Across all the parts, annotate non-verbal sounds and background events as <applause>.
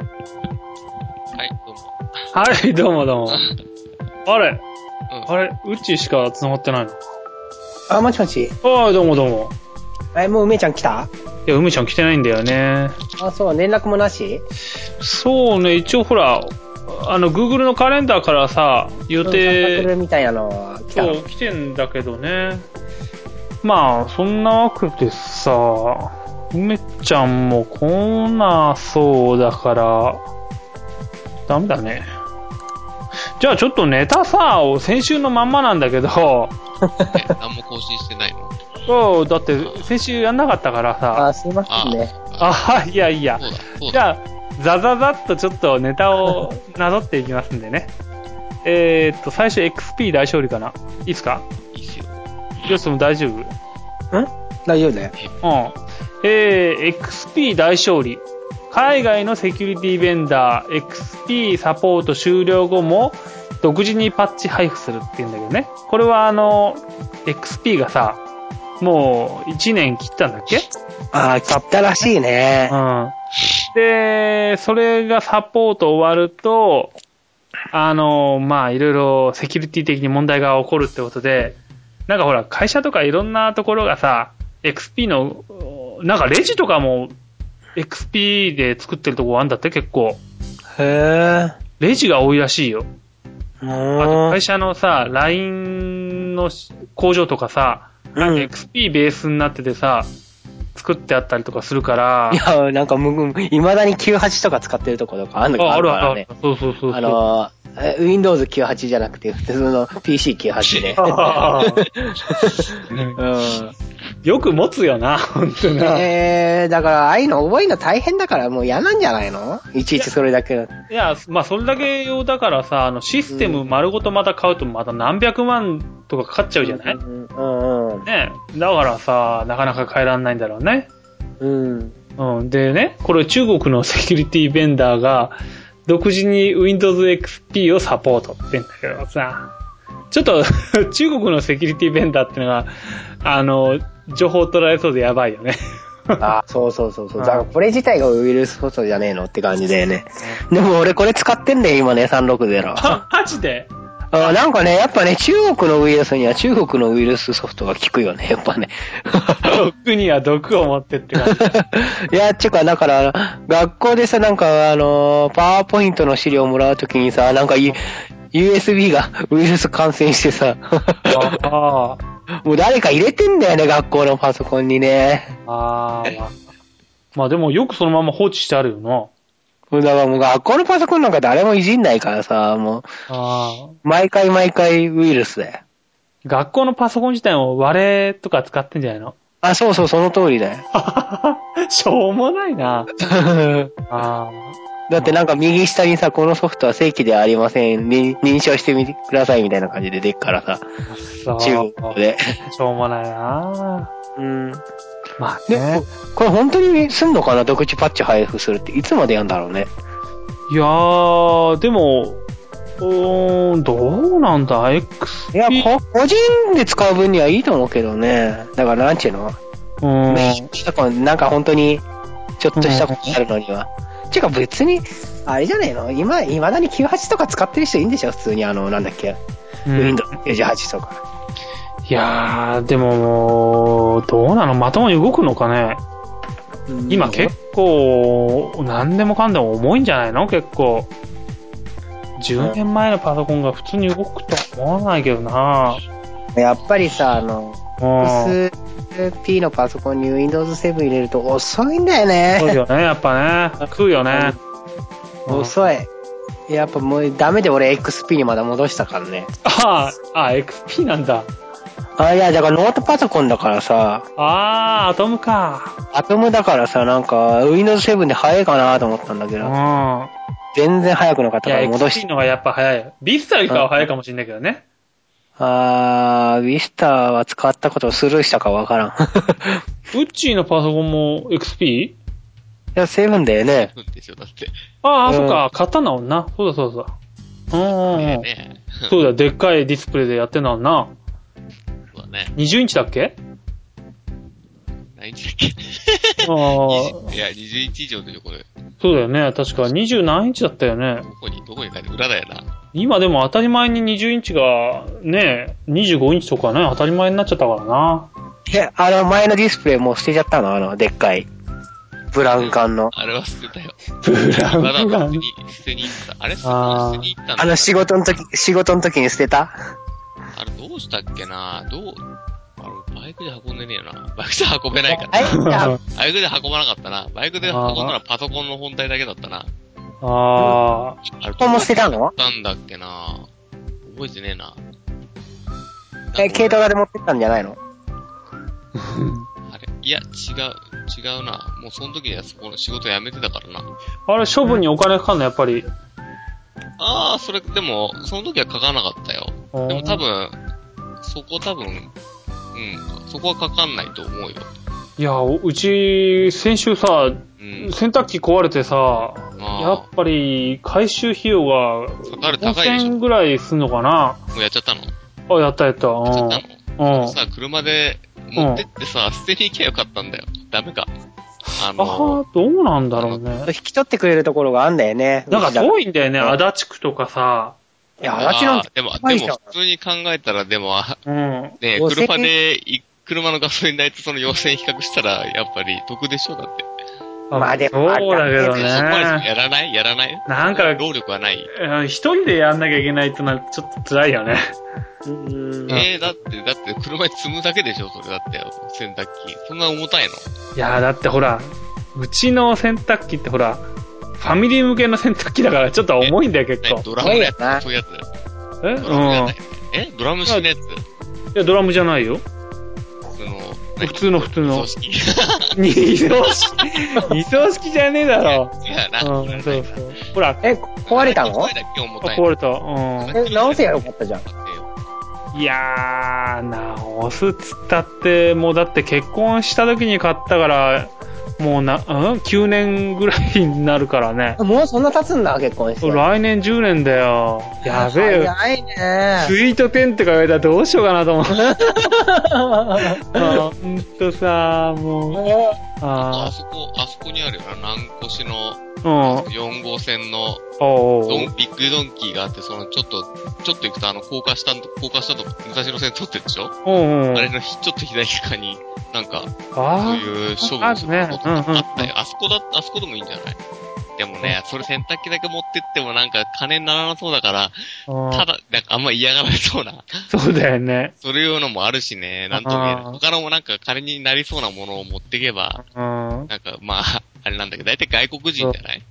はい、どうも。はい、どうもどうも。あれ、うんあれ、うちしか繋がってないの。あ、もしもし。ああ、どうもどうも。え、もう梅ちゃん来たいや、梅ちゃん来てないんだよね。あ、そう、連絡もなしそうね、一応ほら、あの、Google のカレンダーからさ、予サークル定、みたいなのは来たそのう、来てんだけどね。まあ、そんなわけでさ、梅ちゃんも来なそうだから、ダメだね。じゃあちょっとネタさ、先週のまんまなんだけど、 <laughs> え、何も更新してないのそう、だって先週やんなかったからさ。あ、すいませんね。あ、いやいやそ。うだ、そうじだ。ゃあ、ザザザっとちょっとネタをなぞっていきますんでね。えーっと、最初 XP 大勝利かな。いいっすかいいっすよ。よしも大丈夫うん。大丈夫だよ。えー、XP 大勝利。海外のセキュリティベンダー XP サポート終了後も独自にパッチ配布するっていうんだけどね。これはあの、XP がさ、もう1年切ったんだっけあ、来たらしいね。うんで、それがサポート終わると、あの、まあ、いろいろセキュリティ的に問題が起こるってことで、なんかほら、会社とかいろんなところがさ、XP の、なんかレジとかも XP で作ってるとこあんだって結構。へえ。レジが多いらしいよ。あともう会、社のさ、LINE のし工場とかさ、うん。い XP ベースになっててさ、作ってあったりとかするから、や、なんかむ、いまだに98とか使ってるとことかあんのあかあるかあらるね。。そうそうそうそう。あのー、え Windows 98じゃなくて、普通の PC98 ね。うん。 <laughs> よく持つよな、本当な。いえー、だから、ああいうの覚えるの大変だから、もう嫌なんじゃないのいちいちそれだけだと。や、まあ、それだけ用だからさ、あの、システム丸ごとまた買うとまた何百万とかかかっちゃうじゃない、うんうんねだからさ、なかなか変えらんないんだろうね。うん。うん。うん。でね、これ中国のセキュリティベンダーが、独自に Windows XP をサポートって言うんだけどさ、ちょっと、 <laughs> 中国のセキュリティベンダーってのが、あの、情報取られそうでやばいよね。あ、そうそうそうそう。うんだからこれ自体がウイルスこそじゃねえのって感じだよね。でも俺これ使ってんだよ、今ね、360。ああマジでなんかね、やっぱね、中国のウイルスには中国のウイルスソフトが効くよね、やっぱね。 <laughs> <laughs> 毒には毒を持ってって感じ。いや、ちゅうか、だから、あの学校でさ、なんか、あのー、パワーポイントの資料もらうときにさ、なんか、U、USB が <laughs> ウイルス感染してさ、あ <laughs> もう誰か入れてんだよね、学校のパソコンにね。あ、ああ。まあでもよくそのまま放置してあるよな。もうだからもう学校のパソコンなんか誰もいじんないからさ、もう、ああ。毎回毎回ウイルスだよ。学校のパソコン自体も割れとか使ってんじゃないのあ、そうそう、その通りだよ。 <laughs> しょうもないな。 <laughs> あだってなんか右下にさ、このソフトは正規ではありません。認認証してみてくださいみたいな感じで出っからさ、あ。そう。し中国 <laughs> で。ょうもないな。うん。まあねね。、これ本当にすんのかな独自パッチ配布するって。いつまでやんだろうね。いやー、でも、うーん、どうなんだ ?X。いや、こ個人で使う分にはいいと思うけどね。だからなんちゅうの、うーん。メインとかなんか本当に、ちょっとしたことあるのには。てか別に、あれじゃないの今、未だに98とか使ってる人いいんでしょ普通にあの、なんだっけ、うん Windows 98とか。いやー、でも、どうなのまともに動くのかね今結構、何でもかんでも重いんじゃないの結構。10年前のパソコンが普通に動くとは思わないけどなやっぱりさ、あの、うん。 XP のパソコンに Windows 7入れると遅いんだよそうね。よね、やっぱね。食うよね。うん遅い。やっぱもうダメで俺 XP にまだ戻したからね。ああ、あ、XP なんだ。あ、いや、だからノートパソコンだからさ、あー、アトムか。アトムだからさ、なんか Windows 7で早いかなと思ったんだけうん。いど、や、全然早くなかったから戻し XP のがやっぱ早いよ。ビスタよりかは早いかもしれないけどね。あー、ウィスターは使ったことをスルーしたかわ <laughs> からん。いウッチーのパソコンも XP? や、7だよね。うんですよ、だって。ああ、うんそっか、買ったんだもんな。そうだそうだ。うんうんうん。ねそうだ、でっかいディスプレイでやってんだもんな。ね。 20インチだっけ何インチだっけああ、そいや、20インチ以上でしょ、これ。うだよね。確か20何インチだったよねど。こに、どこに書いて裏だよな。今でも当たり前に20インチがね、25インチとかね、当たり前になっちゃったからな。え、あの前のディスプレイもう捨てちゃったのあの、でっかい。ブラウン管の。あれは捨てたよ。ブラまだウン別管。に捨てに行った。あれ捨てあ捨ーてに行ったんだあの仕事の時、仕事の時に捨てたあれどうしたっけなどう、あれ、バイクで運んでねえよな。バイクで運べないから。はいじゃあバイクで運ばなかったな。バイクで運んだらパソコンの本体だけだったな。ああれ、ここも捨て <laughs> たのたんだっけな覚えてねえな。え、軽トラで持ってったんじゃないのあれいや、違う、違うな。もうその時にはそこの仕事辞めてたからな。あ。あれ、処分にお金かかんの、やっぱり。ああ、それ、でも、その時は書かなかったよ。でも多分、そこ多分、うん、そこは書かんないと思うよ。いや、おうち、先週さ、うん。洗濯機壊れてさ、やあっぱり回収費用があ、かかる高いでしょ。 5000ぐらいすんのかなもうやっちゃったのやっあ、やったやった。うんちゃったのうん。さ、車で持ってってさ、捨てに行けばよかったんだよ。ダメか。ああの、は、どうなんだろうね。引き取ってくれるところがあんだよね。なんかうち遠いんだよね、うん足立区とかさ。だいや、私なんてあーでも、高いでじゃんも普通に考えたら、でも、あうん。ね5000車でい、車のガソリン代とその4000比較したら、やっぱり得でしょだって。まあでもそうだけどねそこまでね。やらないやらないなんか労力はない。うん一人でやんなきゃいけないとな、ちょっと辛いよね。うーんえー、だって、だって車に積むだけでしょそれだって、洗濯機。そんな重たいのいやー、だってほら、うちの洗濯機ってほら、ファミリー向けの洗濯機だからちょっと重いんだよ、結ね構。ドラムのや重いよなつそういうやつ。えうドラムじゃんない。えドラム式のやついや、ドラムじゃないよ。その、普通の普通の組。 <laughs> 織。二層式二層式じゃねえだろ。いや、な。うん、そうそう。ほら、え、壊れたの声だけ重あたい壊れた。うえ、直せやよかったじゃん。ん。いやー、直すっつったって、もうだって結婚した時に買ったから、もうな、うん ?9 年ぐらいになるからね。もうそんな経つんだ、結婚して。来年10年だよ。やべえよ。早いねスイート10って書かれたらどうしようかなと <laughs> 思う。ほんとさ、もう。あああそこ、あそこにあるよな、南越のーうん。 4号線のおうおうドンビッグドンキーがあって、そのちょっと、ちょっと行くとあの、高架下の、高架下と武蔵野線通ってるでしょ、うんうん。あれのひちょっと左側に、なんか、そうあいう処あ分するるねことうんうんうんあったよ。あそこだ、あそこでもいいんじゃないでもね、それ洗濯機だけ持ってってもなんか金にならなそうだから、あ。ただ、なんかあんま嫌がられそうな、 <laughs> うんそうだよね。そういうのもあるしね、なんとも言えなあーい。他のもなんか金になりそうなものを持っていけば、うん。なんかまあ、 <laughs> あれなんだけど、大体外国人じゃない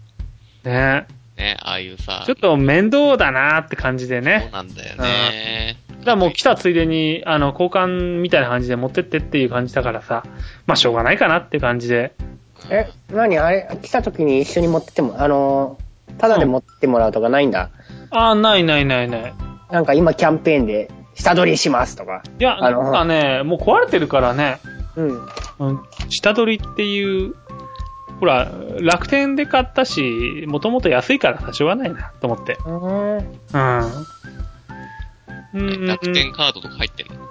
ねね、ああいうさ、ちょっと面倒だなって感じでそうね。なんだよね。だからもう来たついでに、あの、交換みたいな感じで持ってってっていう感じだからさ、まあしょうがないかなって感じで。うんえ、なにあれ、来た時に一緒に持ってっても、あのー、ただで持ってってもらうとかないんだ。ああ、ないないないない。なんか今キャンペーンで、下取りしますとか。いや、あなのんかね、もう壊れてるからね、うん。うん、下取りっていう、ほら、楽天で買ったし、もともと安いからさ、しょうがないなと思って。うん。うん、楽天カードとか入ってんの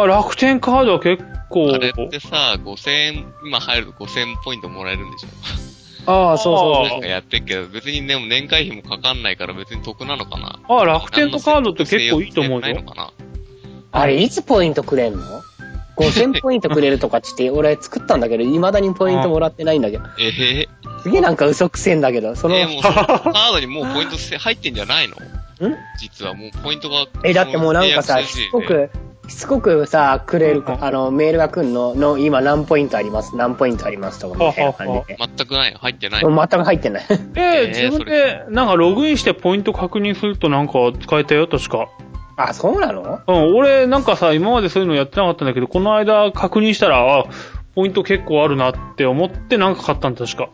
あ、楽天カードは結構。あれってさ、5000円、今入ると5000ポイントもらえるんでしょああ、そうそうなそんうか。やってっけど、別にでも年会費もかかんないから別に得なのかな。あ、楽天のカードって結構いいと思う何の制よ約。もないのかあれ、いつポイントくれんの ?5000 ポイントくれるとかっつって、俺作ったんだけど、未だにポイントもらってないんだけど。なえへへ。すげえなんか嘘くせえんだけど、その、えー、 <laughs> もうそのカードにもうポイントせ入ってんじゃないのん実はもうポイントが。え、だってもうなんか契さ、約し数字でつこく、しつこくさ、くれるう、んあの、メールが来んの、の、今何ポイントあります、何ポイントありますとかみたいな感じで。全くないの入ってないの。もう全く入って <laughs> ない。で、えー自分で、なんかログインしてポイント確認するとなんか使えたよ、確か。あ、そうなのうん、俺なんかさ、今までそういうのやってなかったんだけど、この間確認したら、あ、ポイント結構あるなって思ってなんか買ったんだ、確か。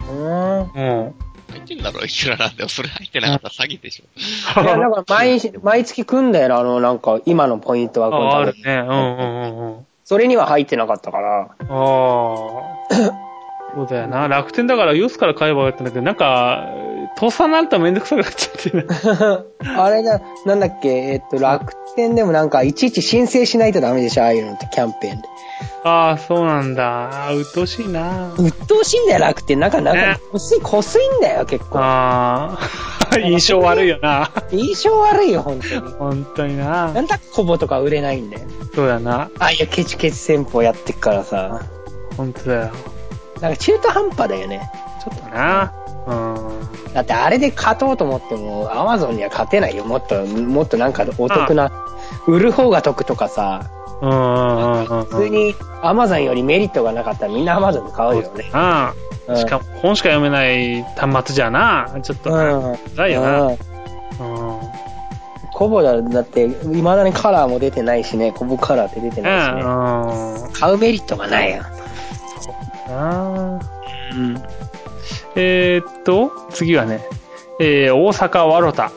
うーん。うん。入ってんだろ、いくらなんだよ。それ入ってなかったら詐欺でしょ。いや、だから毎日、毎月来んだよな、あの、なんか、今のポイントはこんあ、なあのるね。うんうんうんうん。それには入ってなかったから。ああ。そうだよな。楽天だから、ヨスから買えばよかったんだけど、なんか、倒産なんとめんどくさくなっちゃって <laughs> る。 <laughs> あれだ、なんだっけ、えっと、楽天でもなんか、いちいち申請しないとダメでしょ、ああいうのって、キャンペーンで。ああ、そうなんだ。あー鬱陶しいな。鬱陶しいんだよ、楽天。なんか、なんかね、こすい、こすいんだよ、結構。あ <laughs> あ、印象悪いよな。印象悪いよ、本当に。本当になな。んだ、コボとか売れないんだよ。そうだな。ああいうケチケチ戦法やってっからさ。本当だよ。なんか、中途半端だよね。ちょっとな。うん。だって、あれで勝とうと思っても、アマゾンには勝てないよ。もっと、もっとなんか、お得な、売る方が得とかさ。うんうんうんうん。普通にアマゾンよりメリットがなかったらみんなアマゾンで買うよね。なうんしかも本しか読めない端末じゃな。ちょっとな。うん。辛いよな。うん。うん。うん。コボだ、だって、未だにカラーも出てないしね、コボカラーって出てないしね。あ買うメリットがないよ。あ。うん。えーっと、次はね、えー大阪わろた。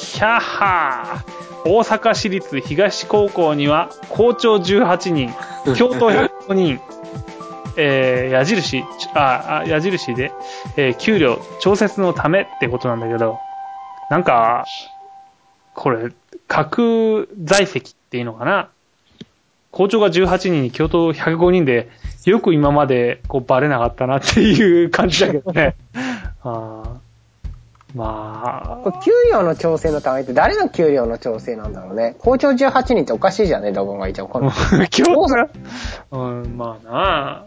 ひゃっはー大阪市立東高校には校長18人、教頭105人、えー矢印、あ、あ矢印で、えー給料調節のためってことなんだけど、なんか、これ、核在籍っていうのかな校長が18人に教頭105人で、よく今までこうバレなかったなっていう感じだけどね。あーまこれ給料の調整のためって誰の給料の調整なんだろうね。校長18人っておかしいじゃんね、どこがいちゃう。この、 <laughs> あ、教大頭阪、うん、まあ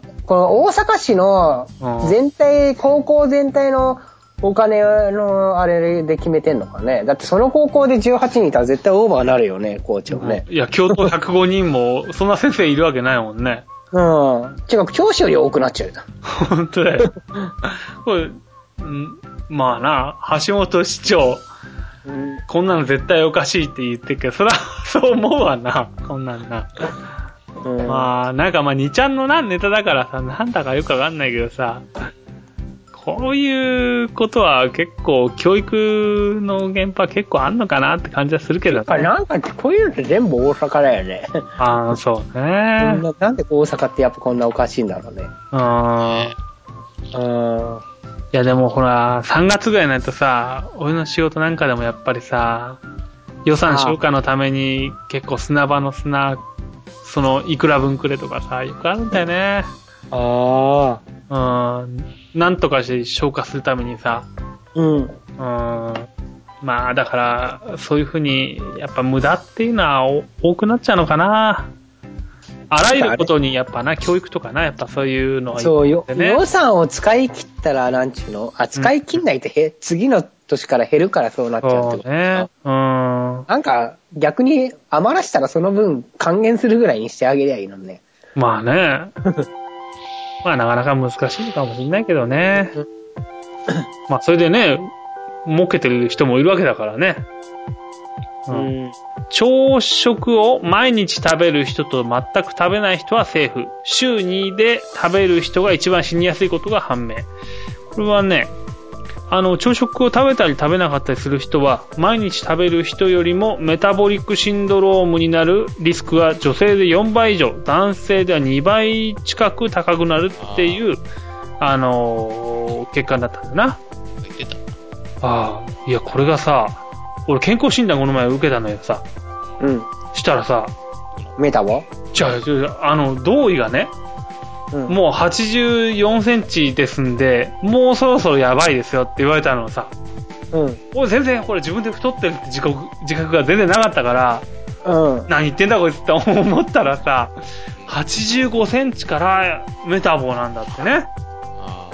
なこの大阪市のうん全体、高校全体のお金のあれで決めてんのかね。だってその高校で18人いたら絶対オーバーなるよね、校長ね。いや、教頭105人も、 <laughs> そんな先生いるわけないもんね。 <laughs> うん。違う、教師より多くなっちゃうじゃん。本当だよ。 <laughs> これ、うんまあな橋本市長、こんなの絶対おかしいって言ってるけど、そら、 <laughs> そう思うわな、こんなんな。うんまあ、なんかまあ、2ちゃんのな、ネタだからさ、なんだかよくわかんないけどさ、こういうことは結構、教育の現場結構あんのかなって感じはするけどやっぱりなんかこういうのって全部大阪だよね。ああ、そう <laughs> みんね。ななんで大阪ってやっぱこんなおかしいんだろうね。うん。うん。いやでもほら、3月ぐらいになるとさ、俺の仕事なんかでもやっぱりさ、予算消化のために結構砂場の砂、その、いくら分くれとかさ、よくあるんだよね。ああ。うん。なんとかして消化するためにさ、うん。うん。まあだから、そういうふうに、やっぱ無駄っていうのはお多くなっちゃうのかな。あらゆることにやっぱな、教育とかな、やっぱそういうのはそうよ、ね予算を使い切ったら、なんちゅうのあ、使い切んないとへ、次の年から減るからそうなっちゃうってそうことでしょね。うん。なんか、逆に余らしたらその分還元するぐらいにしてあげりゃいいのにね。まあね。 <laughs> まあなかなか難しいのかもしれないけど <laughs> ね。まあそれでね、儲けてる人もいるわけだからね。うん、ん。朝食を毎日食べる人と全く食べない人はセーフ。週2で食べる人が一番死にやすいことが判明。これはね、あの、朝食を食べたり食べなかったりする人は、毎日食べる人よりもメタボリックシンドロームになるリスクが女性で4倍以上、男性では2倍近く高くなるっていう、あのー結果になったんだな。言ってた。ああ、いや、これがさ、俺健康診断この前受けたのよさ、うん。したらさ、メタボじゃあじゃあ、あの、同意がね、うんもう84センチですんで、もうそろそろやばいですよって言われたのをさ、うん。俺全然これ自分で太ってるって自覚自覚が全然なかったから、うん。何言ってんだこいつって思ったらさ、85センチからメタボなんだってね。あ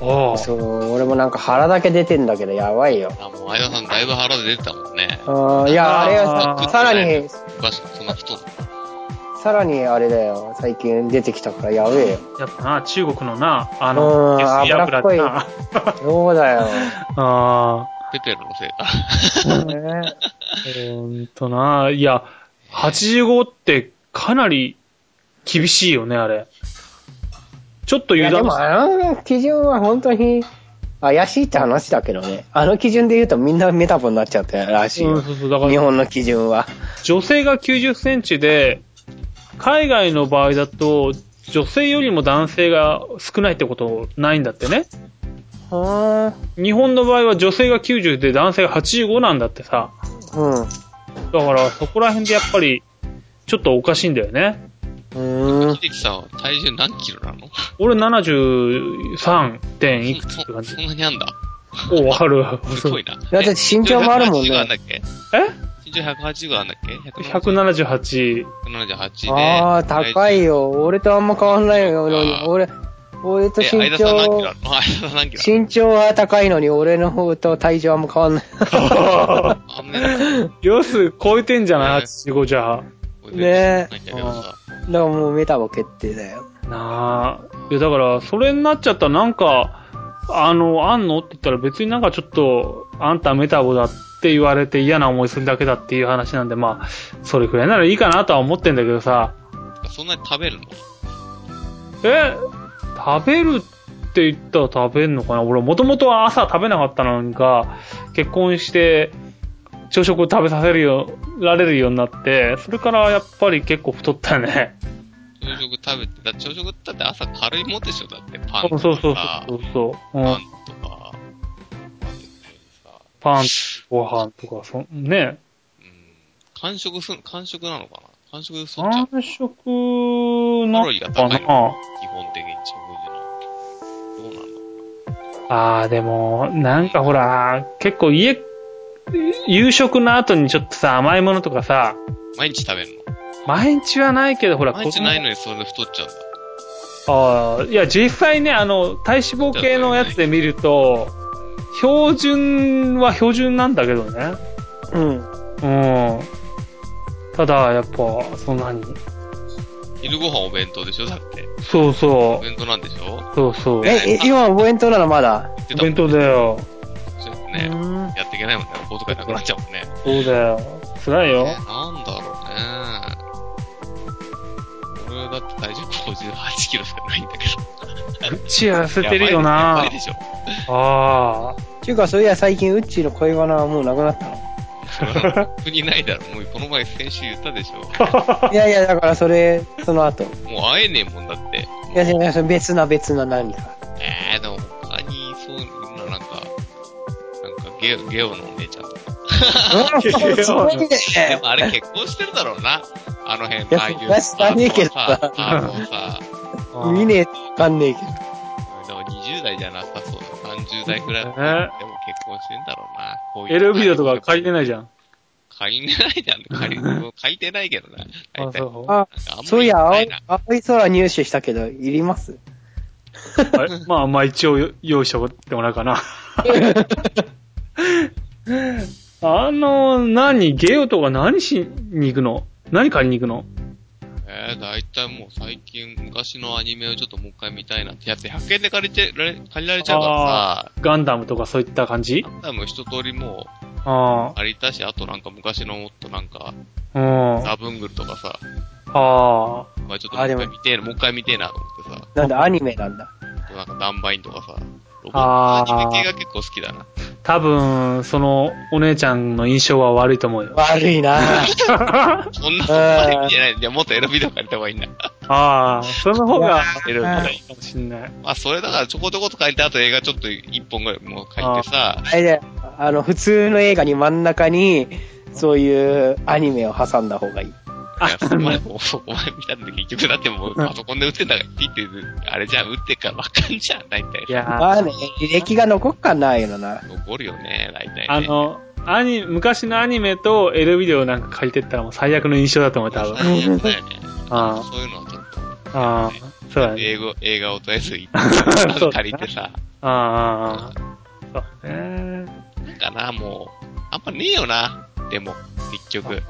おうそう、俺もなんか腹だけ出てんだけど、やばいよ。あ。あもう、相田さんだいぶ腹で出てたもんね。うん、いや、 <laughs> あーあれはささらに、昔、そんな太る。さらにあれだよ、最近出てきたからや <laughs> べえよ。やっぱな、中国のな、あうの、ん下水油って脂な。そう <laughs> だよ。 <laughs> あペペロのせいか。ねーほんとな。いや、85ってかなり厳しいよね、あれ。ちょっとい油や、で断もあの基準は本当に怪しいって話だけどね。あの基準で言うとみんなメタボになっちゃったらしいうんよ。そうそう、だから日本の基準は。女性が90センチで、海外の場合だと、女性よりも男性が少ないってことないんだってね。あ日本の場合は女性が90で男性が85なんだってさ。あ、うん。だからそこら辺でやっぱり、ちょっとおかしいんだよね。うーん。秀樹さんは体重何キロなの俺73点いくつって感そ <laughs> じそ。んなにあんだ。おお、ある。すごいな。だって身長もあるもんね180あんだっけ <laughs> え身長180あんだっけ ?178。 178で。ああ、高いよ。俺とあんま変わんないのにあ、ー俺、俺とえ。え、身間田さん何キロあ、長るの間田さん何キロ身長は高いのに、俺の方と体重あんま変わんない。あんまりなよす、超えてんじゃないね ?85 じゃあ。ねなんかよさだからもうメタボ決定だよ。なあ。いや、だから、それになっちゃったらなんか、あの、あんのって言ったら別になんかちょっと、あんたメタボだって言われて嫌な思いするだけだっていう話なんで、まあ、それくらいならいいかなとは思ってんだけどさ、そんなに食べるのえ食べるって言ったら食べんのかな俺、もともとは朝食べなかったのが、結婚して、朝食を食べさせるよ、られるようになって、それからやっぱり結構太ったね。朝食食べて、だって朝食だって朝軽いもんでしょだってパンそうとか。そうそうそうそう。うパんンとか。パンとかさパン、ご飯とか、そんね、うん完食すん、完食なのかな完食でそっちゃう完食なカロリーがのか高いな基本的に食事の。どうなんだあー、でも、なんかほら、結構家、夕食の後にちょっとさ、甘いものとかさ、毎日食べる毎日はないけど、ほら、の毎日子供ないのにそれで太っちゃうんだ。あーいや、実際ね、あの、体脂肪系のやつで見ると、標準は標準なんだけどね。うん。うん。ただ、やっぱ、そんなに。昼ご飯お弁当でしょだって。そうおそ弁当なんでしょう。そうそう。え、え今お弁当なのまだ。言ってたもおん弁当だよ。そうですうね。ーんやっていけないもんね。お小遣いなくなっちゃうもんね。そうだよ。辛いよ。えなんだろうね。俺だって体重58キロしかないんだけど。うち痩せてるよなやばいでしょ。 <laughs> ああ。ちゅうか、そういや最近、うっちーの恋バナはもうなくなったの。それは本当にないだろ。もうこの前先週言ったでしょ。 <laughs> いやいや、だからそれ、その後。もう会えねえもんだって。いやいやいや、それ別な別な何か。えー、でも他にそういうのなんか、なんかゲオゲオのお姉ちゃんとか。うんそれででもあれ結婚してるだろうな。あの辺、やああいう。知らねえけどさあのさ、見ねえとわかんねえけど。でも20代じゃなさそうだ。30代くらいだったねら。でも結婚してんだろうな。こういうエルビドとか借りてない。ないじゃん。借りてないじゃん。借り、 <laughs> 借りてないけどな。あ大体そうあ、なんかあんまりそういや、な青いいな、青い空入手したけど、いります <laughs> あれまあまあ一応よ用意しておってもらうかな。あの、何ゲオとか何しに行くの何借りに行くのえー、大体もう最近昔のアニメをちょっともう一回見たいなってやって100円で借りてられ、借りられちゃうからガンダムとかそういった感じさ、多分一通りもうあ借りたし、あとなんか昔のもっとなんか、あ。うん。あザブングルとかさ、あ。まあちょっともう一回見てえな、もう一回見てえなと思ってなんだ、アニメなんだ。さ、なんかダンバインとかさ、ロボットあーアニメ系が結構好きだな。多分、その、お姉ちゃんの印象は悪いと思うよ。悪いなぁ。そんなそこまで見てない。いや、もっとエロビデオ借りた方が <laughs> いいんだ。ああ、その方が、エロビデオうんがいい。かもしんない。まあそれだからちょこちょこと借りて、あと映画ちょっと一本ぐらいもう借りてさ、あれだよ <laughs> あの、普通の映画に真ん中に、そういうアニメを挟んだ方がいい。いやそこまでもうそこまで見たんで結局だってもうパソコンで打ってんだから、ピッて、あれじゃん、打ってっからわかんじゃん、大体い。やーまあね、履歴が残っかんなああいうのな。残るよね、大体、ね。あ、の、アニ昔のアニメとエルビデオなんか借りてったらもう最悪の印象だと思う、 <laughs> 多分。そういうのだよねああそういうのはちょっと、ああ、そうだね。英語、映画をとりあえず一 <laughs> そう本だ借ねりてさ、ああ、そうね。なんかな、もう、あんまねえよな、でも、結局。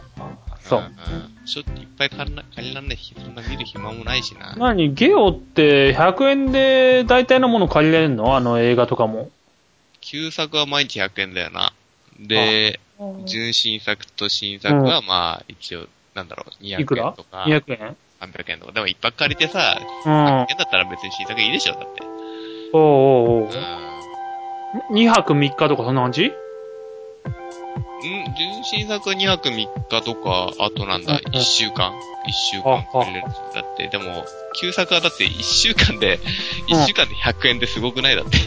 んそう。んちょっといっぱい借りな借りらんないし、そんな見る暇もないしな。何ゲオって100円で大体のもの借りれるのあの映画とかも。旧作は毎日100円だよな。で、純新作と新作はまあ、一応、なんだろう、200いくら円とか、300 ?200 円円とか。でもいっぱい借りてさ、うん100。円だったら別に新作いいでしょ、だって。おうおうおうう。ん。 2泊3日とかそんな感じん純真作は2泊3日とか、あとなんだ、うん1週間 ?1 週間ああくれるんだって。でも、旧作はだって1週間で、うん1週間で100円ですごくないだって。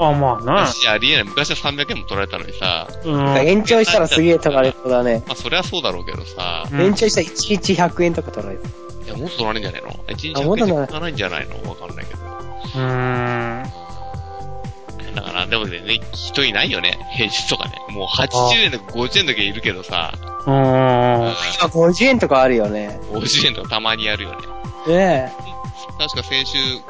あ、まあ昔ありえない。昔は300円も取られたのにさ、な。うん。延長したらすげえ取られそうだね。まあそりゃそうだろうけどさ、うん延長したら1日100円とか取られる。いや、もっと取られんじゃないの ?1 日あもっ100と円取られいかないんじゃないのわかんないけど。うーん。だから、でもね、人いないよね。平日とかね。もう80円とか50円だけいるけどさ、うん。あ、50円とかあるよね。 50円とかたまにやるよね。ね確か先週の、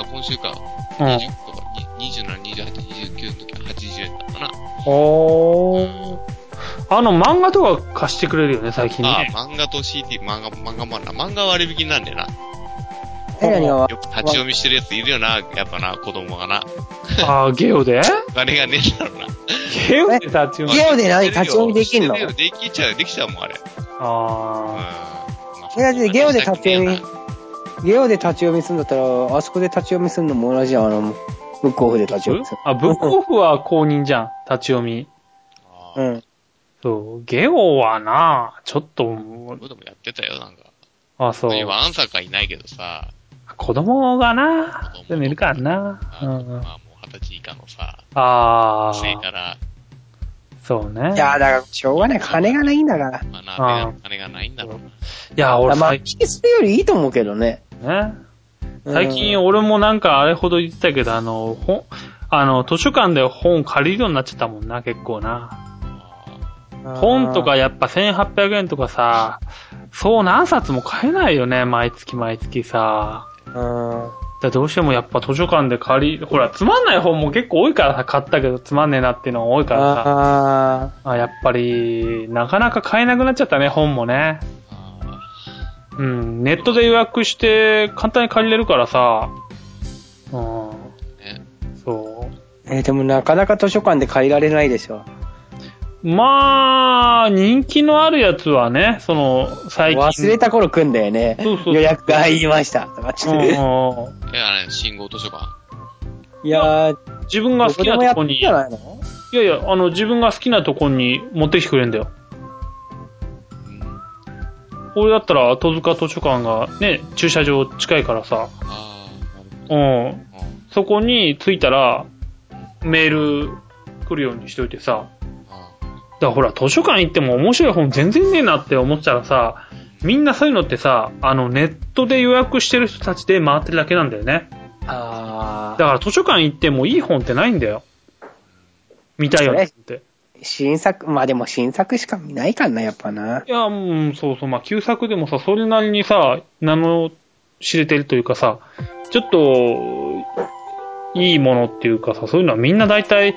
あ、今週か、うん20とか、に27、28、29の時は80円だったかな。おー。あの、漫画とか貸してくれるよね、最近あね。、漫画と CD、漫画、漫画もあるな。漫画は割引なんだよな。え。何がよく立ち読みしてるやついるよな、やっぱな、子供がな。あー、ゲオでお金がねえんだろうな。ゲオで立ち読みゲ。オで何立ち読みできんのしてるよできちゃう、できちゃうもん、あれ。うん。あまあいやでゲオで立ち読み。ゲオで立ち読みするんだったら、あそこで立ち読みするのも同じやん。あの、ブックオフで立ち読みすー。あ、ブックオフは公認じゃん、立ち読み。ある。ーうん。そう、ゲオはな、ちょっと、俺でもやってたよ、なんか。あ、そう。今、アンサーかいないけどさ、子供がな、子供でもいるからな。あうのん、まあ、もう二十歳以下のさ、あ女性かあ、ら、そうね。いやーだから、しょうがない。金がないんだから。まあな、あーお金がないんだろうな。いや、俺まあ、最否定するよりいいと思うけどね。近ね。うん最近俺もなんかあれほど言ってたけど、あの、本、あの、図書館で本借りるようになっちゃったもんな、結構な。本とか、やっぱ1800円とかさ、そう何冊も買えないよね、毎月毎月さ。うん。だどうしてもやっぱ図書館で借り、ほら、つまんない本も結構多いからさ、買ったけどつまんねえなっていうのが多いからさ。ああやっぱり、なかなか買えなくなっちゃったね、本もね。あうん、ネットで予約して簡単に借りれるからさ。うん、ーねそーえーでもなかなか図書館で借りられないでしょ。う。まあ、人気のあるやつはね、その、最近。忘れた頃来んだよね。そうそう予約が入りました。とかっうんうて。んえ、あれ、信号図書館いやー、自分がど好こきでなもやとこってんに、いじゃないのやいや、あの、自分が好きなとこに持ってきてくれるんだよ。うん俺だったら、戸塚図書館がね、駐車場近いからああ、なさ、るほうん、ど。うんそこに着いたら、メール来るようにしといてさ、あだからほら、図書館行っても面白い本全然ねえなって思ったらさ、みんなそういうのってさ、あの、ネットで予約してる人たちで回ってるだけなんだよね。あだー。から図書館行ってもいい本ってないんだよ。見たいよねって。新作、まあでも新作しか見ないからな、やっぱな。いや、うん、そうそう、まあ、旧作でもさ、それなりにさ、名の知れてるというかさ、ちょっと、いいものっていうかさ、そういうのはみんな大体、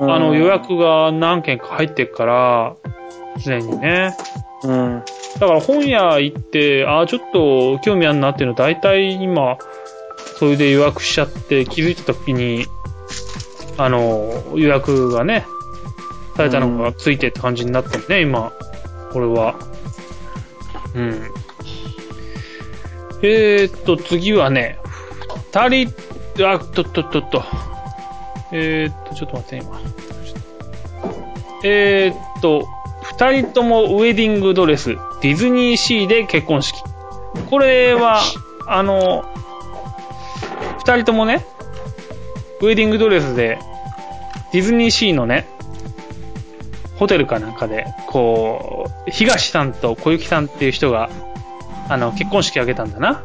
あの、予。約が何件か入ってるから、常にね。うん。だから本屋行って、ああ、ちょっと興味あるなっていうの大体今、それで予約しちゃって気づいた時に、あの、予約がね、されたのがついてって感じになったんね、今、これは。うん。えーっと、次はね、二人、あ、とっとっとっと。えーっと、ちょっと待ってね、今。えーっと、二人ともウェディングドレス、ディズニーシーで結婚式。これは、あの、二人ともね、ウェディングドレスで、ディズニーシーのね、ホテルかなんかで、こう、東さんと小雪さんっていう人が、あの、結婚式挙げたんだな。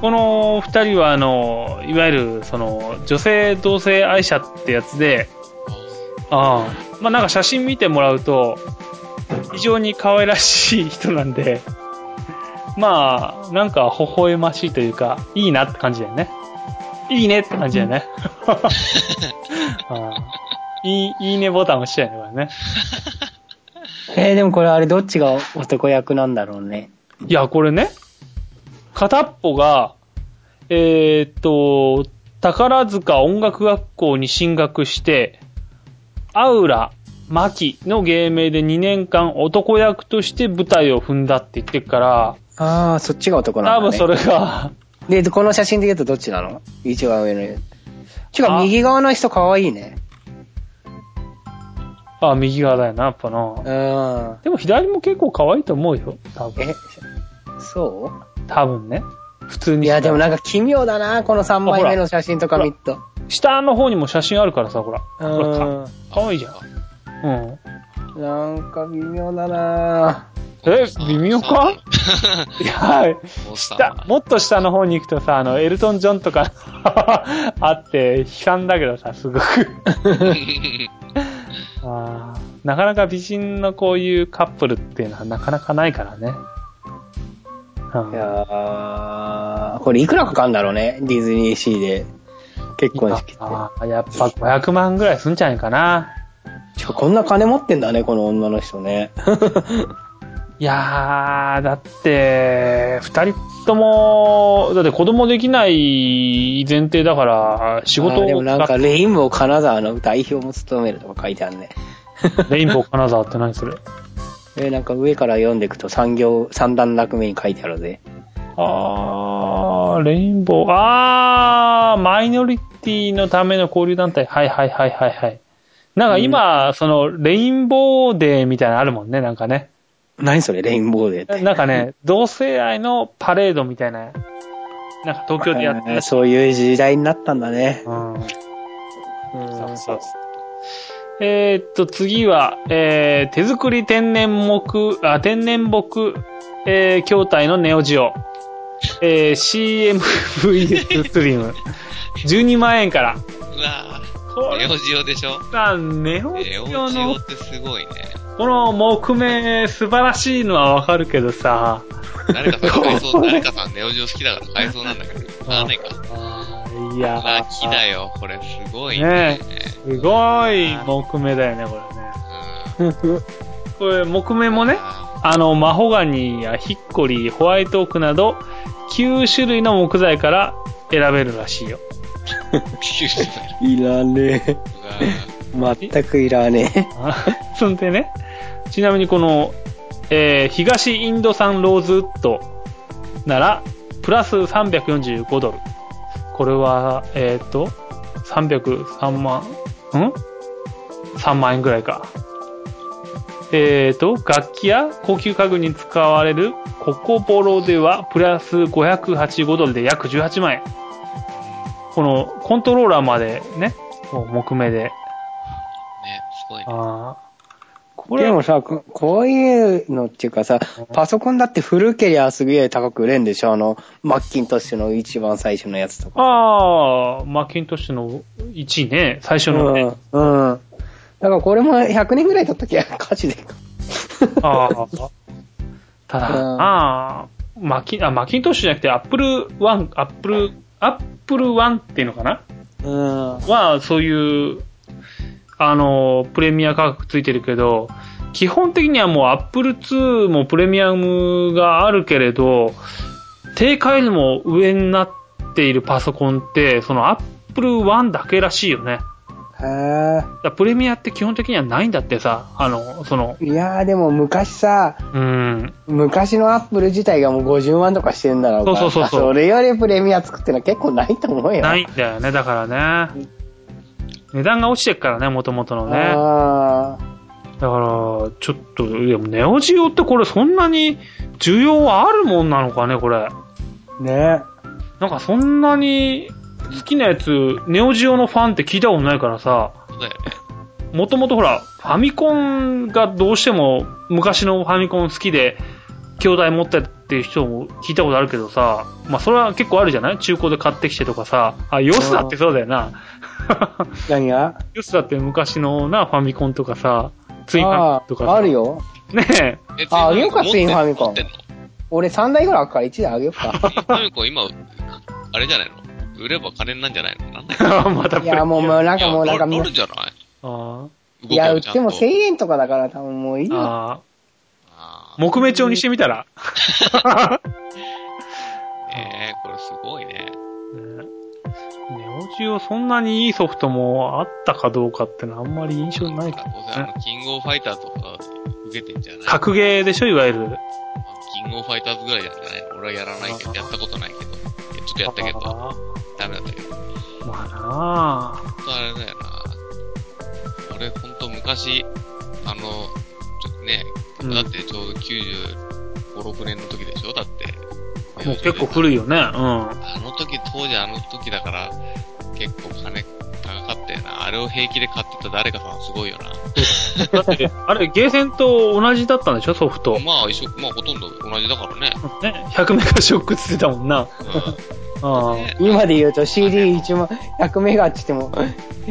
この二人は、あの、いわゆる、その、女性同性愛者ってやつで、ああ。まあなんか写真見てもらうと、非常に可愛らしい人なんで、まあ、なんか微笑ましいというか、いいなって感じだよね。いいねって感じだよね。 <laughs> ああいい、いいねボタン押しちゃうよね、これね。えーでもこれあれどっちが男役なんだろうね。いや、これね、片っぽが、えーっと、宝塚音楽学校に進学して、アウラ、マキの芸名で2年間男役として舞台を踏んだって言ってるから、ああ、そっちが男な多んだ、ね。分それが、で、この写真で言うとどっちなの一番上の。ちゅうか、あ右側の人かわいいね。あ、右側だよな、やっぱな。うん。でも左も結構可愛いと思うよ。多分。え、そ多分ね。普通うに。いや、でもなんか奇妙だな、この3枚目の写真とか見ると。下の方にも写真あるからさ、ほら。うほらか、ん。可愛いじゃん。うん。なんか微妙だなえ微妙か <laughs> いや、どうした下、もっと下の方に行くとさ、あの、エルトン・ジョンとか <laughs> あって、悲惨だけどさ、すごく <laughs> あー。なかなか美人のこういうカップルっていうのはなかなかないからね。うんいやーこれいくらかかんだろうね、ディズニーシーで。結婚式って。あーやっぱ500万ぐらいすんじゃないかな。ちょこんな金持ってんだね、この女の人ね。いやー、だって、二人とも、だって子供できない前提だから、仕事あーでもをなんか、レインボー金沢の代表も務めるとか書いてあるね。レインボー金沢って何それえ、なんか上から読んでいくと産業、三段落目に書いてあるぜ。あー、レインボー、あー、マイノリティのための交流団体。はいはいはいはいはい。なんか今、その、レインボーデーみたいなのあるもんね、なんかね。何それ、レインボーデーって。なんかね、同性愛のパレードみたいな、なんか東京でやってえーたし。そういう時代になったんだね。うん。うんそうえーっと、次は、えー手作り天然木、あ、天然木、えー筐体のネオジオ。えー CMVS スリ <laughs> ム。12万円かうら。わこぁ、ネれオジオでしょさ、ネオジネオジオオの、ってすごいね。この木目素晴らしいのはわかるけどさ、誰かさん買いそう、誰かさんネオジオ好きだから買いそうなんだけど、買わないか。いやーラッキーだよ、これすごいねね。すごい木目だよね、これね。これ、木目もうんね、あの、マホガニやヒッコリー、ホワイトオークなど、9種類の木材から選べるらしいよ。九州だよいらねえ。うわぁ全くいらねえ。 <laughs> そんでね、ちなみにこの、えー東インド産ローズウッドなら、プラス345ドル。これは、えっ、と、303万、ん ?3 万円ぐらいか。えっ、と、楽器や高級家具に使われるココボロでは、プラス585ドルで約18万円。この、コントローラーまでね、もう木目で。ね、すごいね。ああ。こでれもさ、ここういうのっていうかさ、パソコンだって古けりゃすげえ高く売れんでしょあの、マッキントッシュの一番最初のやつとか。ああ、マッキントッシュの1位ね、最初のね。うん。うん。だからこれも100年ぐらい経ったきゃ <laughs> 火事でか。ああ。ただ、うんああ、マキン、あ、マッキントッシュじゃなくて、アップルワン、アップル、アップルワンっていうのかなうん。は、そういう、あの、プレミア価格ついてるけど、基本的にはもうアップル2もプレミアムがあるけれど、定価よりも上になっているパソコンって、そのアップル1だけらしいよね。へだからプレミアって基本的にはないんだってさ、あの、その、え。いやーでも昔さ、うん、昔のアップル自体がもう50万とかしてんだろうから。そうそうそうそうそれよりプレミア作ってのは結構ないと思うよ。ないんだよね、だからね。値段が落ちてっからね、もともとのね。だかあら、ちょっと、でもネオジオってこれそんなに需要はあるもんなのかね、これ。ーねなんかそんなに好きなやつ、ネオジオのファンって聞いたことないからさ、そうだよね。もともとほら、ファミコンがどうしても昔のファミコン好きで、兄弟持ってっていう人も聞いたことあるけどさ、まあそれは結構あるじゃない中古で買ってきてとかさ、あ、ヨスだってそうだよな。 <laughs> 何がヨスだって昔のな、ファミコンとかさ、ツインファミあコンとかーさ。ある。よ。ねえ。 <laughs> えああげようかツインファミコン持ってんの俺3台ぐらいあるから1台あげよ <laughs> うか。ツインファミコン今、あれじゃないの売れば金になんじゃないのなんだっけまたいや、もう、もうなんかもうなんかいもや乗る乗うるんじゃないあ動いや、売っちゃんてとも1000円とかだから多分もういいーよ。ああー、木目調にしてみたら。ーえー、これすごいね。ねネオジオそんなにいいソフトもあったかどうかってのはあんまり印象ないかどうせあらね。の、キングオブファイターとか受けてんじゃない格ゲーでしょいわゆる。キングオブファイターズぐらいじゃない俺はやらないけど、やったことないけど。いやちょっとやったけど、あダメだったけど。ほんーまあなとあれだよな。俺ほんと昔、あの、ちょっとね、うんだってちょうど95、6年の時でしょだって。もう結構古いよね。うん。あの時、当時あの時だから、結構金高かったよな。あれを平気で買ってた誰かさんすごいよな。だって、あれ、ゲーセンと同じだったんでしょ、ソフト。ね、まあ一緒、まあほとんど同じだから <laughs> ね。 100メガショックつってたもんな。うあん。ね今で言うと CD1 万、100メガって <laughs> 言っても、あ。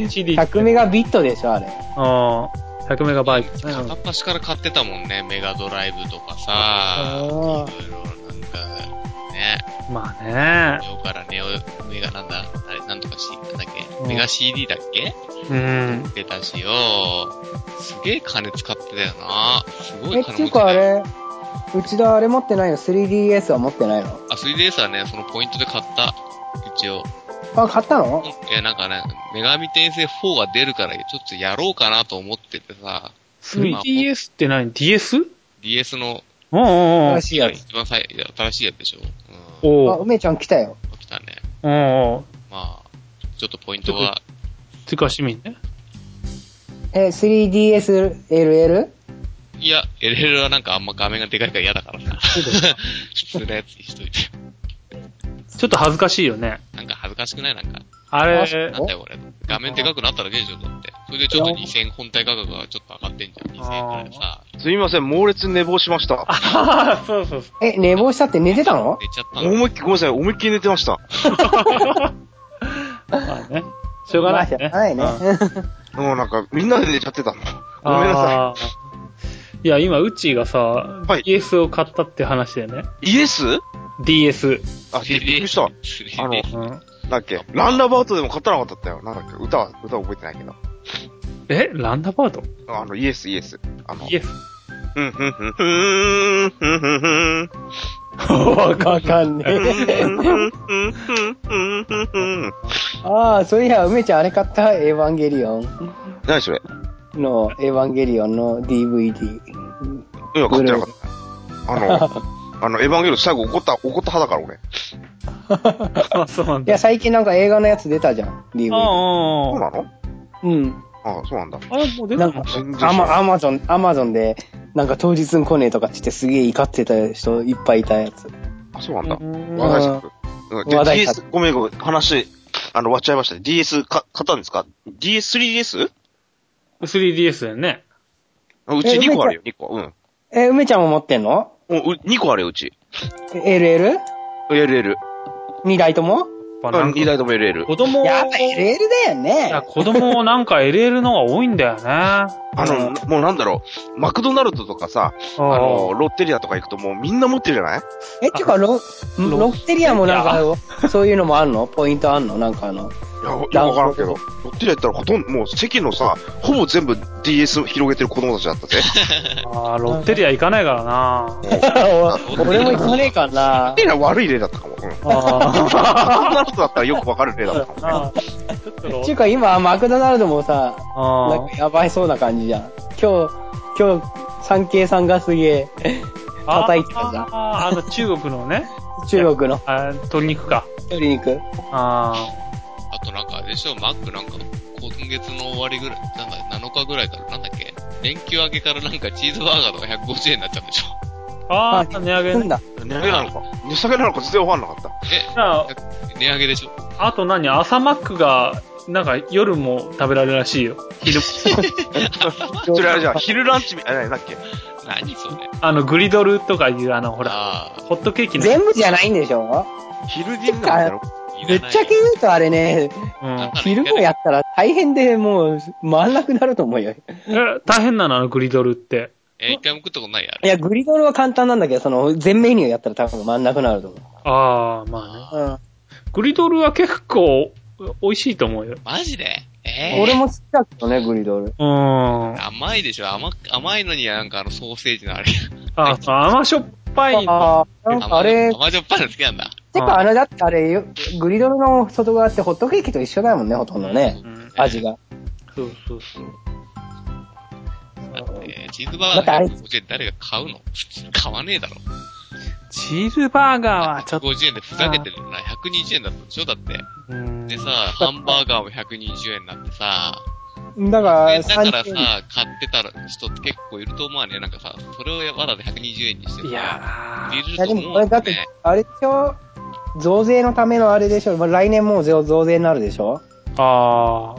CD。 100メガビットでしょ、あれ。ああ。100メガバイトね。片っ端から買ってたもんね。メガドライブとかあさ、ーいろいろなんか、ね、うんまあね。今日からネオ、メガなんだ、あれ、なんとかし、なんだっうけんメガ CD だっけうん。出たしよ。すげえ金使ってたよな。すごえ、い金持っちだよていうかあれ、うちだあれ持ってないの ?3DS は持ってないのあ、3DS はね、そのポイントで買った。一応。あ、買ったのいや、なんかね、女神転生4が出るから、ちょっとやろうかなと思っててさ、 3DS って何 ?DS? うん DS のうんうん新しいやつ。一番最新しいやつでしょ。うん。あ、おう。梅ちゃん来たよ。来たね。うんうん。まあ、ちょっとポイントが、つうか、市民ね。え、3DSLL? いや、LL はなんかあんま画面がでかいから嫌だからさ。 <laughs> 普通のやつにしといて。ちょっと恥ずかしいよね。なんか恥ずかしくないなんか。ああれな、んだよこれ。画面でかくなっただけでしょ、だって。それでちょっと2000本体価格がちょっと上がってんじゃん。2000円くらいさ。すみません、猛烈に寝坊しました。 <laughs> ああ、そうそうそ <laughs> え、寝坊したって寝てたの寝ちゃったの。思いっきり、ごめんなさい、思いっきり寝てました。う。まあね。しょうがないね。まあはいね。うんもうなんか、みんなで寝ちゃってたの。ごめんなさあーいや、今、ウッチーがさ、はい DS を買ったって話だよね。い。イエス DS。あ、びっくりした。あうの、んなんだっけ、ランダーバートでも勝たなかったったよ。なんだっけ、歌は、歌は覚えてないけど。えランダーバードあの、イエス、イエス。あの、イエス。うん、うん、うん、うん、うん、うん、うん、わかんねえ。うん、うん。 <laughs> ああ、そういや、梅ちゃんあれ買ったエヴァンゲリオン何それの、エヴァンゲリオンの DVD。いや、勝ってなかった。<laughs> あの、あの、エヴァンゲリオン最後怒った、怒った派だから俺。あ、そうなんいだ。や、最近なんか映画のやつ出たじゃん、あ DVD。そあ、うああなのうん。ああ、そうなんだ。あれ、もう出なたんのか全然、知らアんマアマゾン、アマゾンで、なんか当日に来ねえとかって言ってすげえ怒ってた人いっぱいいたやつ。あ、そうなんだ。うん話題作。うんで話題 DS 作、ごめんごめん、話、あの、割っちゃいましたね。DS か、買ったんですか ?DS3DS? 3DS だよね。あうえち2個あるよ、2個。うん。え、梅ちゃんも持ってんのおう2個あるよ、うち。 ?LL?2 LL。台ともやっぱなん2か台とも LL。子供を、いやっぱ LL だよやね。子供をなんか LL のが多いんだよね。ああの、もうなんだろう、マクドナルドとかさ、あの、ロッテリアとか行くともうみんな持ってるじゃないえ、っていうか、ロ、ロロッテリアもなんか、そういうのもあんのポイントあんのなんかあの。いや、よくわからんけど、ロッテリア行ったらほとんど、もう席のさ、ほぼ全部 DS 広げてる子供たちだったぜ。あーロッテリア行かないからな。俺も行かねえかな <laughs> ロッ。テリア悪い例だったかも。うん。マクあドナルドだったらよくわかる例だったかあ。も。ちょっとロっていうか、今、マクドナルドもさ、なあんかやばいそうな感じじゃん。今日、今日、産経さんがすげえ、あ。叩いてたじゃんあーあの、中国のね、中国のあー鶏肉か。鶏肉。ああとなんかあれでしょ、マックなんか、今月の終わりぐらい、なんか7日ぐらいから、なんだっけ連休明けからなんかチーズバーガーとか150円になっちゃうんでしょあ。ああ、値上げなんね。だ。値上げなのか値下げなのか全然わかんなかった。えじゃあ、値上げでしょあと何朝マックが、なんか夜も食べられるらしいよ。昼も。それあれじゃん、昼ランチみ、あれなんだっけ何それあの、グリドルとかいう、あの、ほら、ああホットケーキの。全部じゃないんでしょ昼ディズナーだろいぶらっないちゃけ言うとあれね、うん。昼もやったら大変でもう回んなくなると思うよ。え、大変なの、あのグリドルって。え、一回も食ったことないやいろ。や、グリドルは簡単なんだけど、その全メニューやったら多分回んなくなると思ああ、まあね。う。うん。グリドルは結構、美味しいと思うよ。マジでえー俺も好きだけどね、グリドル。うーん。あ甘いでしょ甘く、甘いのになんかあのソーセージのあれ。あ、そう甘しょっぱいの。ああ、なんかあれ、甘じょっぱいの好きなんだ。てかあれだってあれよ、グリドルの外側ってホットケーキと一緒だもんね、ほとんどね。うん。味が。そうそうそう。だって、チーズバーガー150円誰が買うの普通買わねえだろ。チーズバーガーはちょっと、 150円でふざけてるよな。120円だったでしょだって。 <laughs> うーん。でさ、ハンバーガーも120円になってさ、だから、円だから30さ、買ってた人って結構いると思わね。なんかさ、それをわざわざ120円にしてさ、いや入れるいやとで思もうこれんだだってね。、あれでしょ増税のためのあれでしょまあ来年もう増増税になるでしょー、あ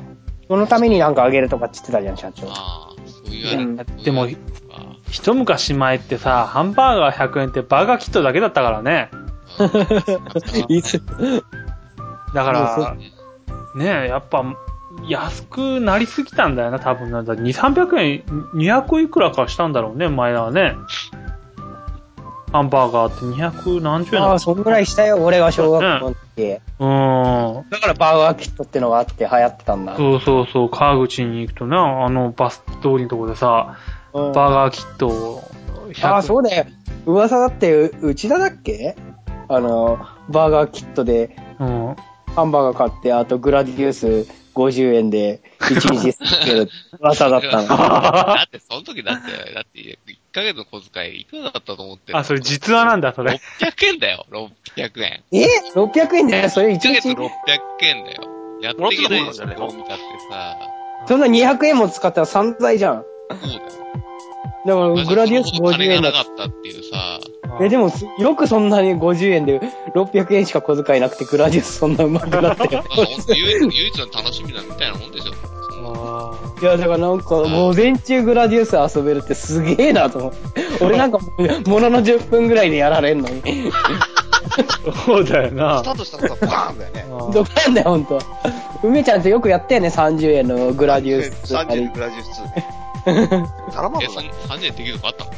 そのためになんかあげるとかって言ってたじゃん、社長。ああ、そういうあうれんそういうでもあれかー、一昔前ってさ、ハンバーガー100円ってバーガーキットだけだったからね。いつだかそうら、ねえ、やっぱ、安くなりすぎたんだよな、多分なんだ。2、300円、200いくらかしたんだろうね、前はね。ハンバーガーって200何十円あだあ、ったそんぐらいしたよ、俺が小学校の時。うーん。だからバーガーキットってのがあって流行ってたんだ。そうそうそう、川口に行くとな、あのバス通りのとこでさ、うんバーガーキットを100ああ、そうだよ。噂だって、う内田だっけあの、バーガーキットでうん。ハンバーガー買って、あとグラディウス50円で1日 <laughs> 過ける噂だったの。だって、その時だって、だって、1ヶ月の小遣いいくらだったと思ってんのあ、それ実話なんだ、それ。 600円だよ、600円。え ?600 円でそれ1 1ヶ月日、 600円だよ。やっていけないでしょ、どう見たってさ。そんな200円も使ったら散財じゃん。そうだよ。だからグラディウス50円金がだなかったっていうさ、え、でも、すよくそんなに50円で600円しか小遣いなくてグラディウスそんなうまくなったよま。あほんと唯唯一の楽しみだみたいなもんでしょ。そんなのあーいや、だからなんか、午前中グラディウス遊べるってすげえなと思って。俺なんか、ものの10分ぐらいでやられんのに。そうだよなスタ。ートしたらさ、バーンだよね。どこなんだよ、ほんと。梅ちゃんってよくやったよね、30円のグラディウス。あ30れグラジウス2ね。頼まんえ、のそなん30円できるとこあったの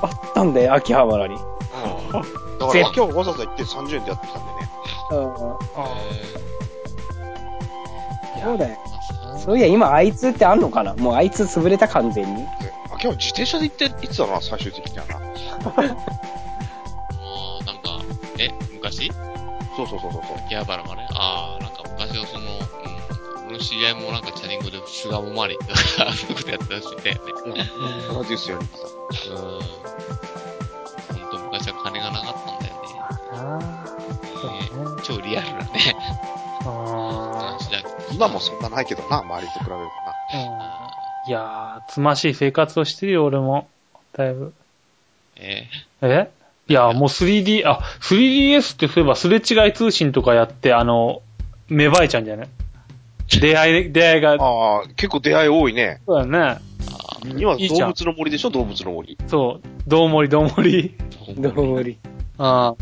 あったんだよ、秋葉原に。ううん。だから今日わざわざ行って30円でやってきたんだよん。ね。そうだよ。あそういや、今、あいつってあんのかなもうあいつ潰れた、完全に。あ、今日自転車で行って、いつだな、最終的にはな。あー、なんか、え、昔そうそうそうそうそう。秋葉原がね、ああ、なんか昔はその、うん、俺の知り合いもなんかチャリンコで巣鴨まで <laughs> 行ったから、そういうことやってらしいんだよね。グラジウスより行ってた。うん。ほんと昔は金がなかったんだよね。そうね超リアルなね、あ話だけど。今もそんなないけどな、周りと比べるとな。ーうんいやー、つましい生活をしてるよ、俺も。だいぶ。ええいや、もう 3D、あ、3DS ってそういえばすれ違い通信とかやって、あの、芽生えちゃうんじゃない出会い、出会いが、ああ、結構出会い多いね。そうだね。今、いいじ動ゃん物の森でしょ、動物の森。そう、どうもりどうもり。ーどうもり。あ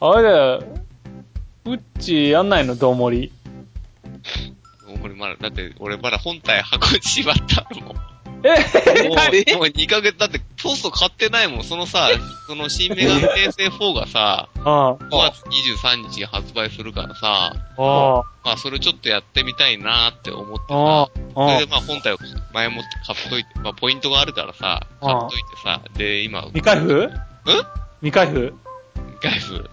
あ。あれだよ、うっちやんないの、どうもり。俺まだ、だって俺まだ本体箱にしまったのもん。もえう、もう2ヶ月、だってポスト買ってないもん。そのさ、その新メガネ平成4がさ、あ5月23日に発売するからさ、あ、あまあそれちょっとやってみたいなーって思ってあ、あさ、そあれで、まあ本体を前もって買っといて、まあポイントがあるからさ、買っといてさ、で今、未開封未開封未開封、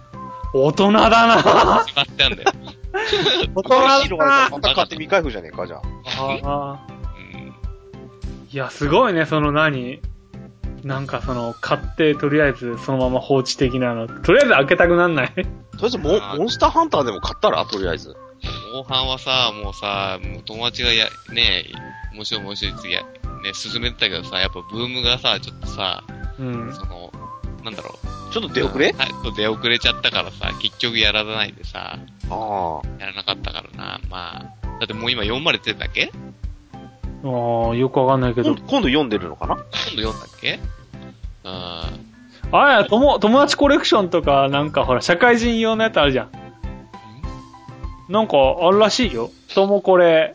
大人だなしまってあんだよ。大人新しいのだがなあるからまた買って未開封じゃねえか、じゃあ。ああうんいや、すごいね、その何なんかその、買って、とりあえずそのまま放置的なの。とりあえず開けたくなんないとりあえずモン、モンスターハンターでも買ったらとりあえず。後半はさ、もうさ、もう友達がや、ねえ、面白い面白いってや、ね、進めてたけどさ、やっぱブームがさ、ちょっとさ、うん。その、なんだろう。ちょっと出遅れはい、そう出遅れちゃったからさ、結局やらないでさ、ああ。やらなかったからな、まあ。だってもう今4まで出てたっけああ、よくわかんないけ今ど度。今度読んでるのかな今度4だっけうん。あや、友、友達コレクションとか、なんかほら、社会人用のやつあるじゃん。なんか、あるらしいよ。ともこれ、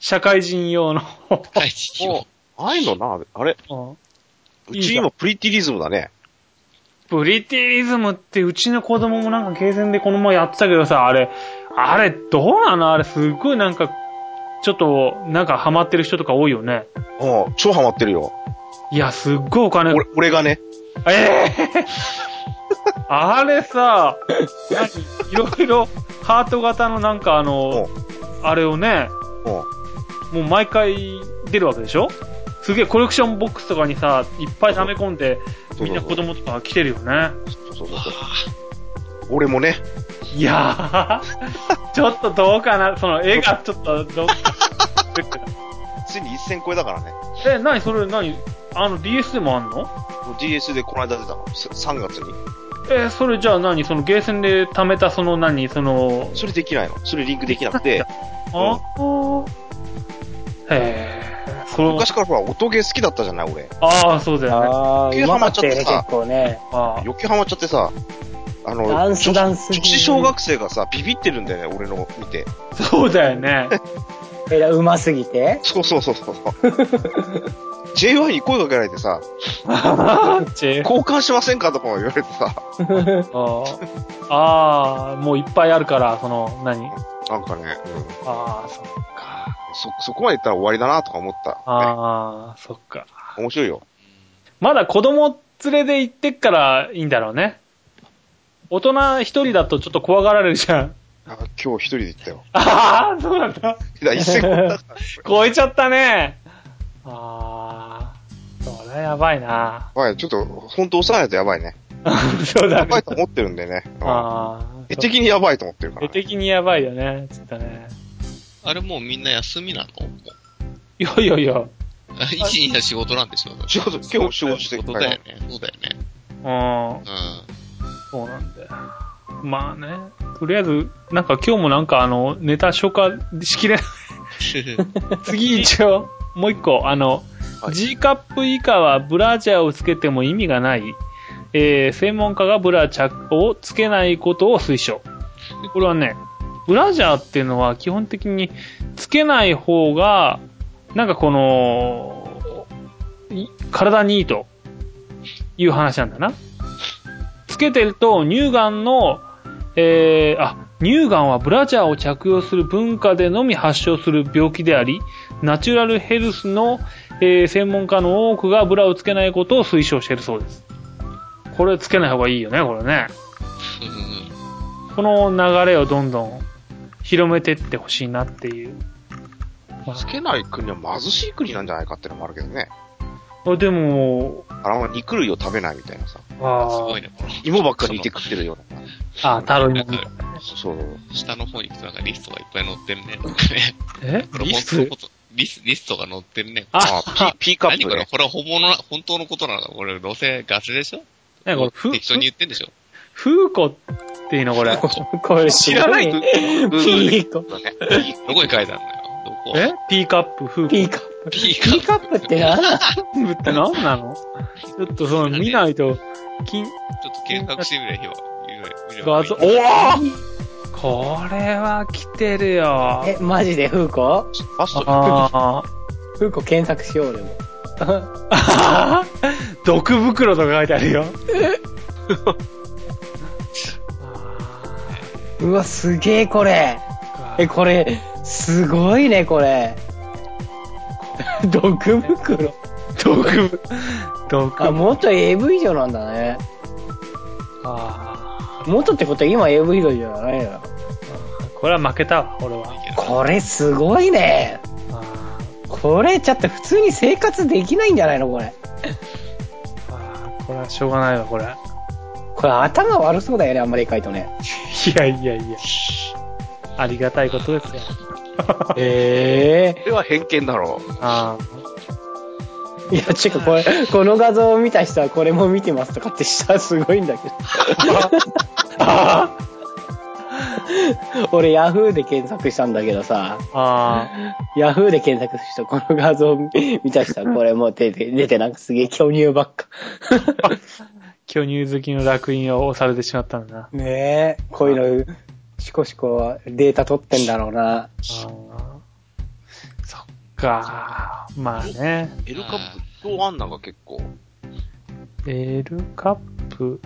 社会人用の。はい、一応。ああいうのな、あれ。うんういいちじゃん今プリティリズムだね。ブリティリズムって、うちの子供もなんかゲーセンでこの前やってたけどさ、あれ、あれ、どうなのあれ、すっごいなんか、ちょっと、なんかハマってる人とか多いよね。うん、超ハマってるよ。いや、すっごいお金。俺、俺がね。ええあれさ、何いろいろ、ハート型のなんかあの、あれをね、うん。もう毎回出るわけでしょすげえコレクションボックスとかにさ、いっぱい溜め込んで、みんな子供とか来てるよね。そうそうそう。俺もね。 <laughs> いやー、ちょっとどうかな、その絵がちょっとどう、クックついに1000超えだからね。え、何それ何あの DS でもあんのもう DS でこの間出たの。3月に。え、それじゃあ何そのゲーセンで貯めたその何その、それできないの。それリンクできなく <laughs> て。あーへえ、それ昔からほら、音ゲー好きだったじゃない、俺。ああ、そうだよね。ああ、うまかったよね、ハマっ結構ね。あ余計ハマっちゃってさ、あの、ダンス女ダンス女子小学生がさ、ビビってるんだよね、俺の見て。ーそうだよ <laughs> ね。えら、うますぎて。そうそうそ <laughs> うそう。JY に声かけられてさ、ち交換しませんかとかも言われてさ、あーあー、もういっぱいあるから、その、何なんかね、うん、ああ、そっか。そ、そこまで行ったら終わりだなとか思った、ね。ああ、そっか。面白いよ。まだ子供連れで行ってっからいいんだろうね。大人一人だとちょっと怖がられるじゃん。 <laughs> あ今日一人で行ったよ。ああ、そうなんだ。だ一戦だから、超えちゃったね。ああ、それはやばいな。 <laughs> やばい、ちょっと、ほんと押さないとやばいね。そうだやばねい。と思ってるんでね。うんああ。絵的にやばいと思ってるから絵ね。的にやばいよね、ちょっとね。あれもうみんな休みなのもういやいやいや。うあ一、二は仕事なんでしょ仕事、今日仕事して仕き事ただよよ。ね。そうだよね。ん。 <laughs> うそうなんだよ。まあね。とりあえず、なんか今日もなんかあの、ネタ消化しきれない。ん。次一応、もう一個、あの、はい G カップ以下はブラジャーをつけても意味がない、えー、専門家がブラジャーをつけないことを推奨。でこれはね、ブラジャーっていうのは基本的につけない方が、なんかこの、い体にいいという話なんだな。つけてると乳がんの、えーあ、乳がんはブラジャーを着用する文化でのみ発症する病気であり、ナチュラルヘルスの、えー専門家の多くがブラをつけないことを推奨しているそうです。これつけない方がいいよね、これね。この流れをどんどん広めてってほしいなっていう。つけない国は貧しい国なんじゃないかってのもあるけどね。あでも、あらま肉類を食べないみたいなさ。あすごいーね、この。芋ばっかり煮て食ってるような。あー、タロイなモん。か、そう。下の方に行くとなんかリストがいっぱい載ってるね。なんかねえこれリ本当スのことリス、リストが載ってるね。あ、あ、ピーカッ何プこれね。これは本物な、本当のことなのかこれ、どうせガチでしょなんかこれ、ふ、適当に言ってんでしょフーコっていうのこれ。これ知知らないとと。ピーコ。どこに書いてあるのよどこえピーカップ、フーコ。ピーカップ。ピーピーカップって何だブって何なのちょっとその見ないと、金、ちょっと検索してみればいいわ、見れば画いい像、おおこれは来てるよ。え、マジでフーコマストあフーコ検索しよう、俺も。あ。 <laughs> 毒袋とか書いてあるよ。うわ、すげえ、これ。え、これ、すごいね、これ。毒袋。毒、毒。あ、元 AV 女なんだね。あ元ってことは今 AV 女じゃないーのこれは負けたわ、俺は。これすごいね。あこれちょっと普通に生活できないんじゃないのこれ。ーあーこれはしょうがないわ、これ。いこれ頭悪そうだよね、あんまり書いとね。やいやいや。ありがたいことですよ。へこれは偏見だろう。あえ。いや、ちょっとこれ、この画像を見た人はこれも見てますとかってしたすごいんだけど。俺、ヤフーで検索したんだけどさ、あ。ああ。ヤフーで検索した人、この画像を見た人はこれもう出て、出てなんかすげえ巨乳ばっか。巨乳好きの楽園を押されてしまったんだな。ねえ、こういうの、シコシコデータ取ってんだろうな。あーそっか。まあね。 L カップ、今日あんなんか結構。 L カップ。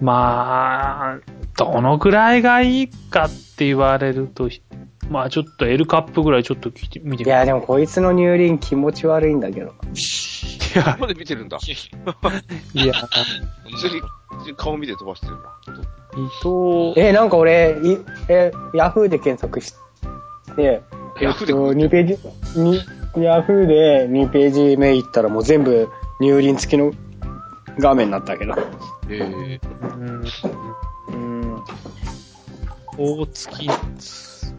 まあ、どのくらいがいいかって言われると、まあちょっと L カップぐらいちょっと聞いてみていや、でもこいつの乳輪気持ち悪いんだけど。いやこ、こまで見てるんだ。いや、普通に、普通に顔見て飛ばしてるんだ。伊藤、え、なんか俺、いえ、ヤフーで検索して、ヤフーで2ページ、に、ヤフーで2ページ目行ったらもう全部乳輪付きの画面になったけど。ええ。うん、うん。大月、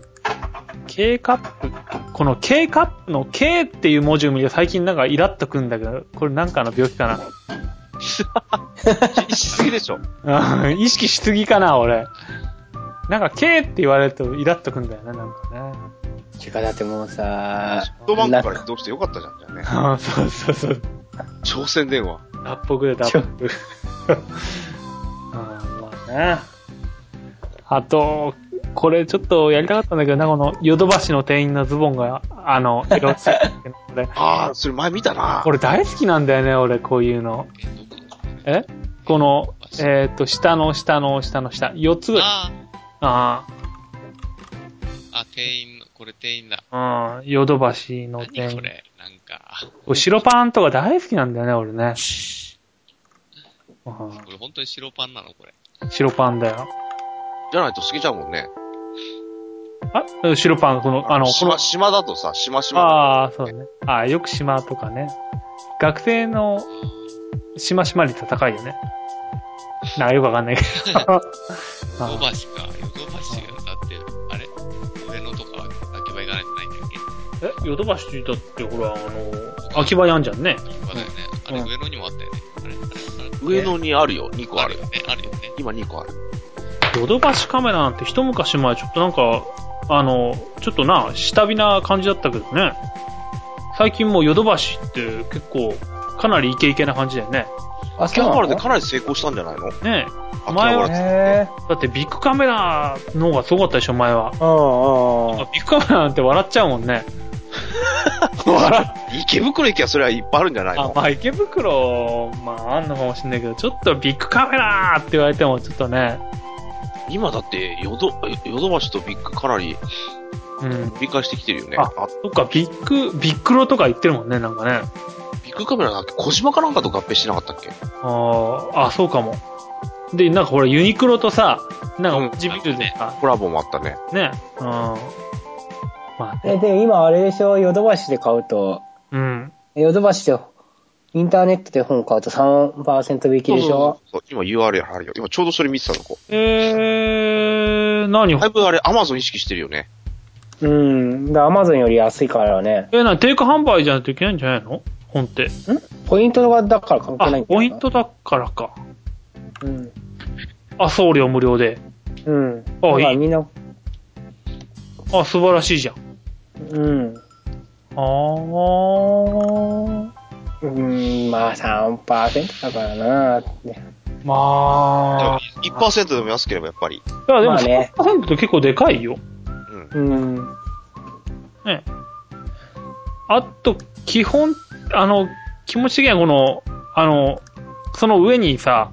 K カップ。この K カップの K っていう文字を見ると最近なんかイラッとくるんだけど、これなんかの病気かな。しすぎでしょ。うん意識しすぎかな、俺。なんか K って言われるとイラっとくんだよね、なんかね。てか、だってもうさ、ソフトバンクから移動してよかったじゃん、じゃあね。あー <laughs> そうそうそう。朝鮮電話。脱北で <laughs> 脱北。あーまあね。あと、これちょっとやりたかったんだけどな、このヨドバシの店員のズボンが、あの、色ついてるこれ。ああ、それ前見たな。これ大好きなんだよね、俺、こういうの。えどこえこの、えーっと、下の下の下の下。4つぐらい。あああ、あ、店員の、これ店員だ。あ、うん、ヨドバシの店何こ員。れなんか、これ白パンとか大好きなんだよね、俺ね。うんこれ本当に白パンなのこれ。白パンだよ。じゃないと過ぎちゃうもんね。あ、白パン、この、あの、この島、島だとさ、島島。ああ、そうだね。ああ、よく島とかね。学生の島島率は高いよね。なんかよくわかんないけど。 <laughs> ヨドあバシか。ヨドバシがだって、あれ上野とか秋葉行かないとないんだっけえ、ヨドバシだってほら、あの、秋葉やんじゃんね。秋葉だよね。あれ上野にもあったよね。あれあ上野にあるよ、2個れああれ <laughs> るある。よね。あるよね。今2個ある。ヨドバシカメラなんて一昔前ちょっとなんか、あの、ちょっとな、下火な感じだったけどね。最近もうヨドバシって結構、かなりイケイケな感じだよね。あ、秋そう葉な原でのかなり成功したんじゃないの秋ね葉前原はっつって。へぇだってビッグカメラの方がすごかったでしょ、前は。うんうん。ビッグカメラなんて笑っちゃうもんね。池袋行きゃそれはいっぱいあるんじゃないあのまあ、池袋、まあ、あんのかもしれないけど、ちょっとビッグカメラって言われても、ちょっとね、今だって、ヨド、ヨドバシとビッグかなりうん。繰り返してきてるよね。ああ、そっか、ビッグ、ビッグロとか言ってるもんね、なんかね。ビッグカメラなんて小島かなんかと合併してなかったっけあーあ、そうかも。で、なんかほら、ユニクロとさ、なんか、ジビルでさ、コラボもあったね。ね、うん。まあえ、ね、で、今あれでしょ、ヨドバシで買うと、うん。ヨドバシで、インターネットで本買うと3%引きでしょそう今 URL あるよ。今ちょうどそれ見てたのこ。えー、何だいぶあれ、アマゾン意識してるよね。うん。だアマゾンより安いからね。え、な、テイク販売じゃないといけないんじゃないの本って。ポイントがだから関係あないん、だよポなイントだからか。うん。あ、送料無料で。うん。あだからいいみんな、あ、素晴らしいじゃん。うん。あー。うん、まあ3%だからなまあ。 1%でも安ければやっぱり。いや、でまもあね3%って結構でかいよ。うん。うん。ね。あと、基本、あの、気持ち的にはこの、あの、その上にさ、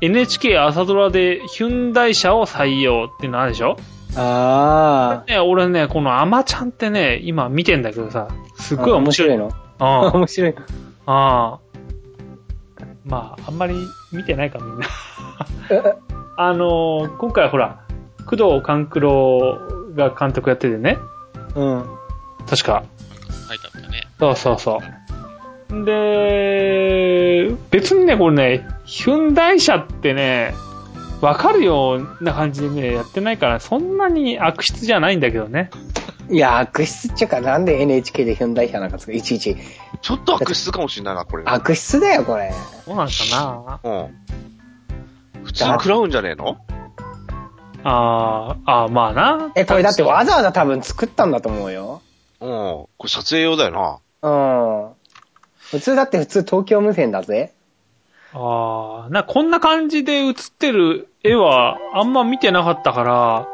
NHK 朝ドラでヒュンダイ社を採用っていうのあるでしょあね、俺ね、このアマちゃんってね、今見てんだけどさ、すあ。っごい面白い。いの。あ面白いあ。まあ、あんまり見てないか、み <laughs> んな。の。あのー今回ほら、工藤官九郎が監督やっててね、うん。確か。書いてあったね。そうそうそう。で、別にね、これね、ヒュンダイ社ってね、わかるような感じでね、やってないから、そんなに悪質じゃないんだけどね。いや、悪質っちゃか、なんで NHK でヒュンダイ社なんかつくいちいち。ちょっと悪質かもしれないな、これ。悪質だよ、これ。そうなんかなうん。普通食らうんじゃねえのあー、あーまあな。え、これだってわざわざ多分作ったんだと思うよ。うん。これ撮影用だよな。うん。普通だって普通東京無線だぜ。あー、な、こんな感じで映ってる絵は、あんま見てなかったから、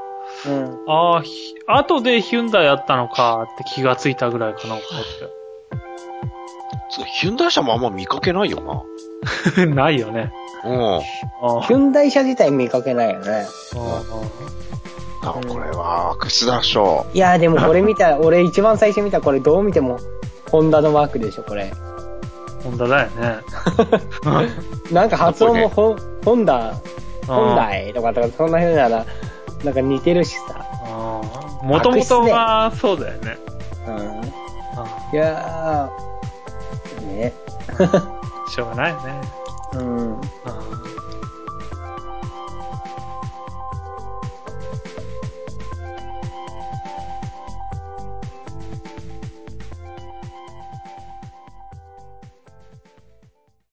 うん。ああ、ひ後でヒュンダイあったのかって気がついたぐらいかな、こつうかヒュンダイ車もあんま見かけないよな。うやって <laughs> ないよね。うん。ああヒュンダイ社自体見かけないよね。あこれは悪質だっしょ。いや、でもこれ見 <laughs> た、俺一番最初見たこれどう見ても、ホンダのマークでしょ、これ。ホンダだよね。なんか発音もホ,、ホンダ、ホンあダイとかとか、そんな風なな、なんか似てるしさ。あもともとはそうだよね。うん。あいやー、ね。あしょうがないよね。うん。あ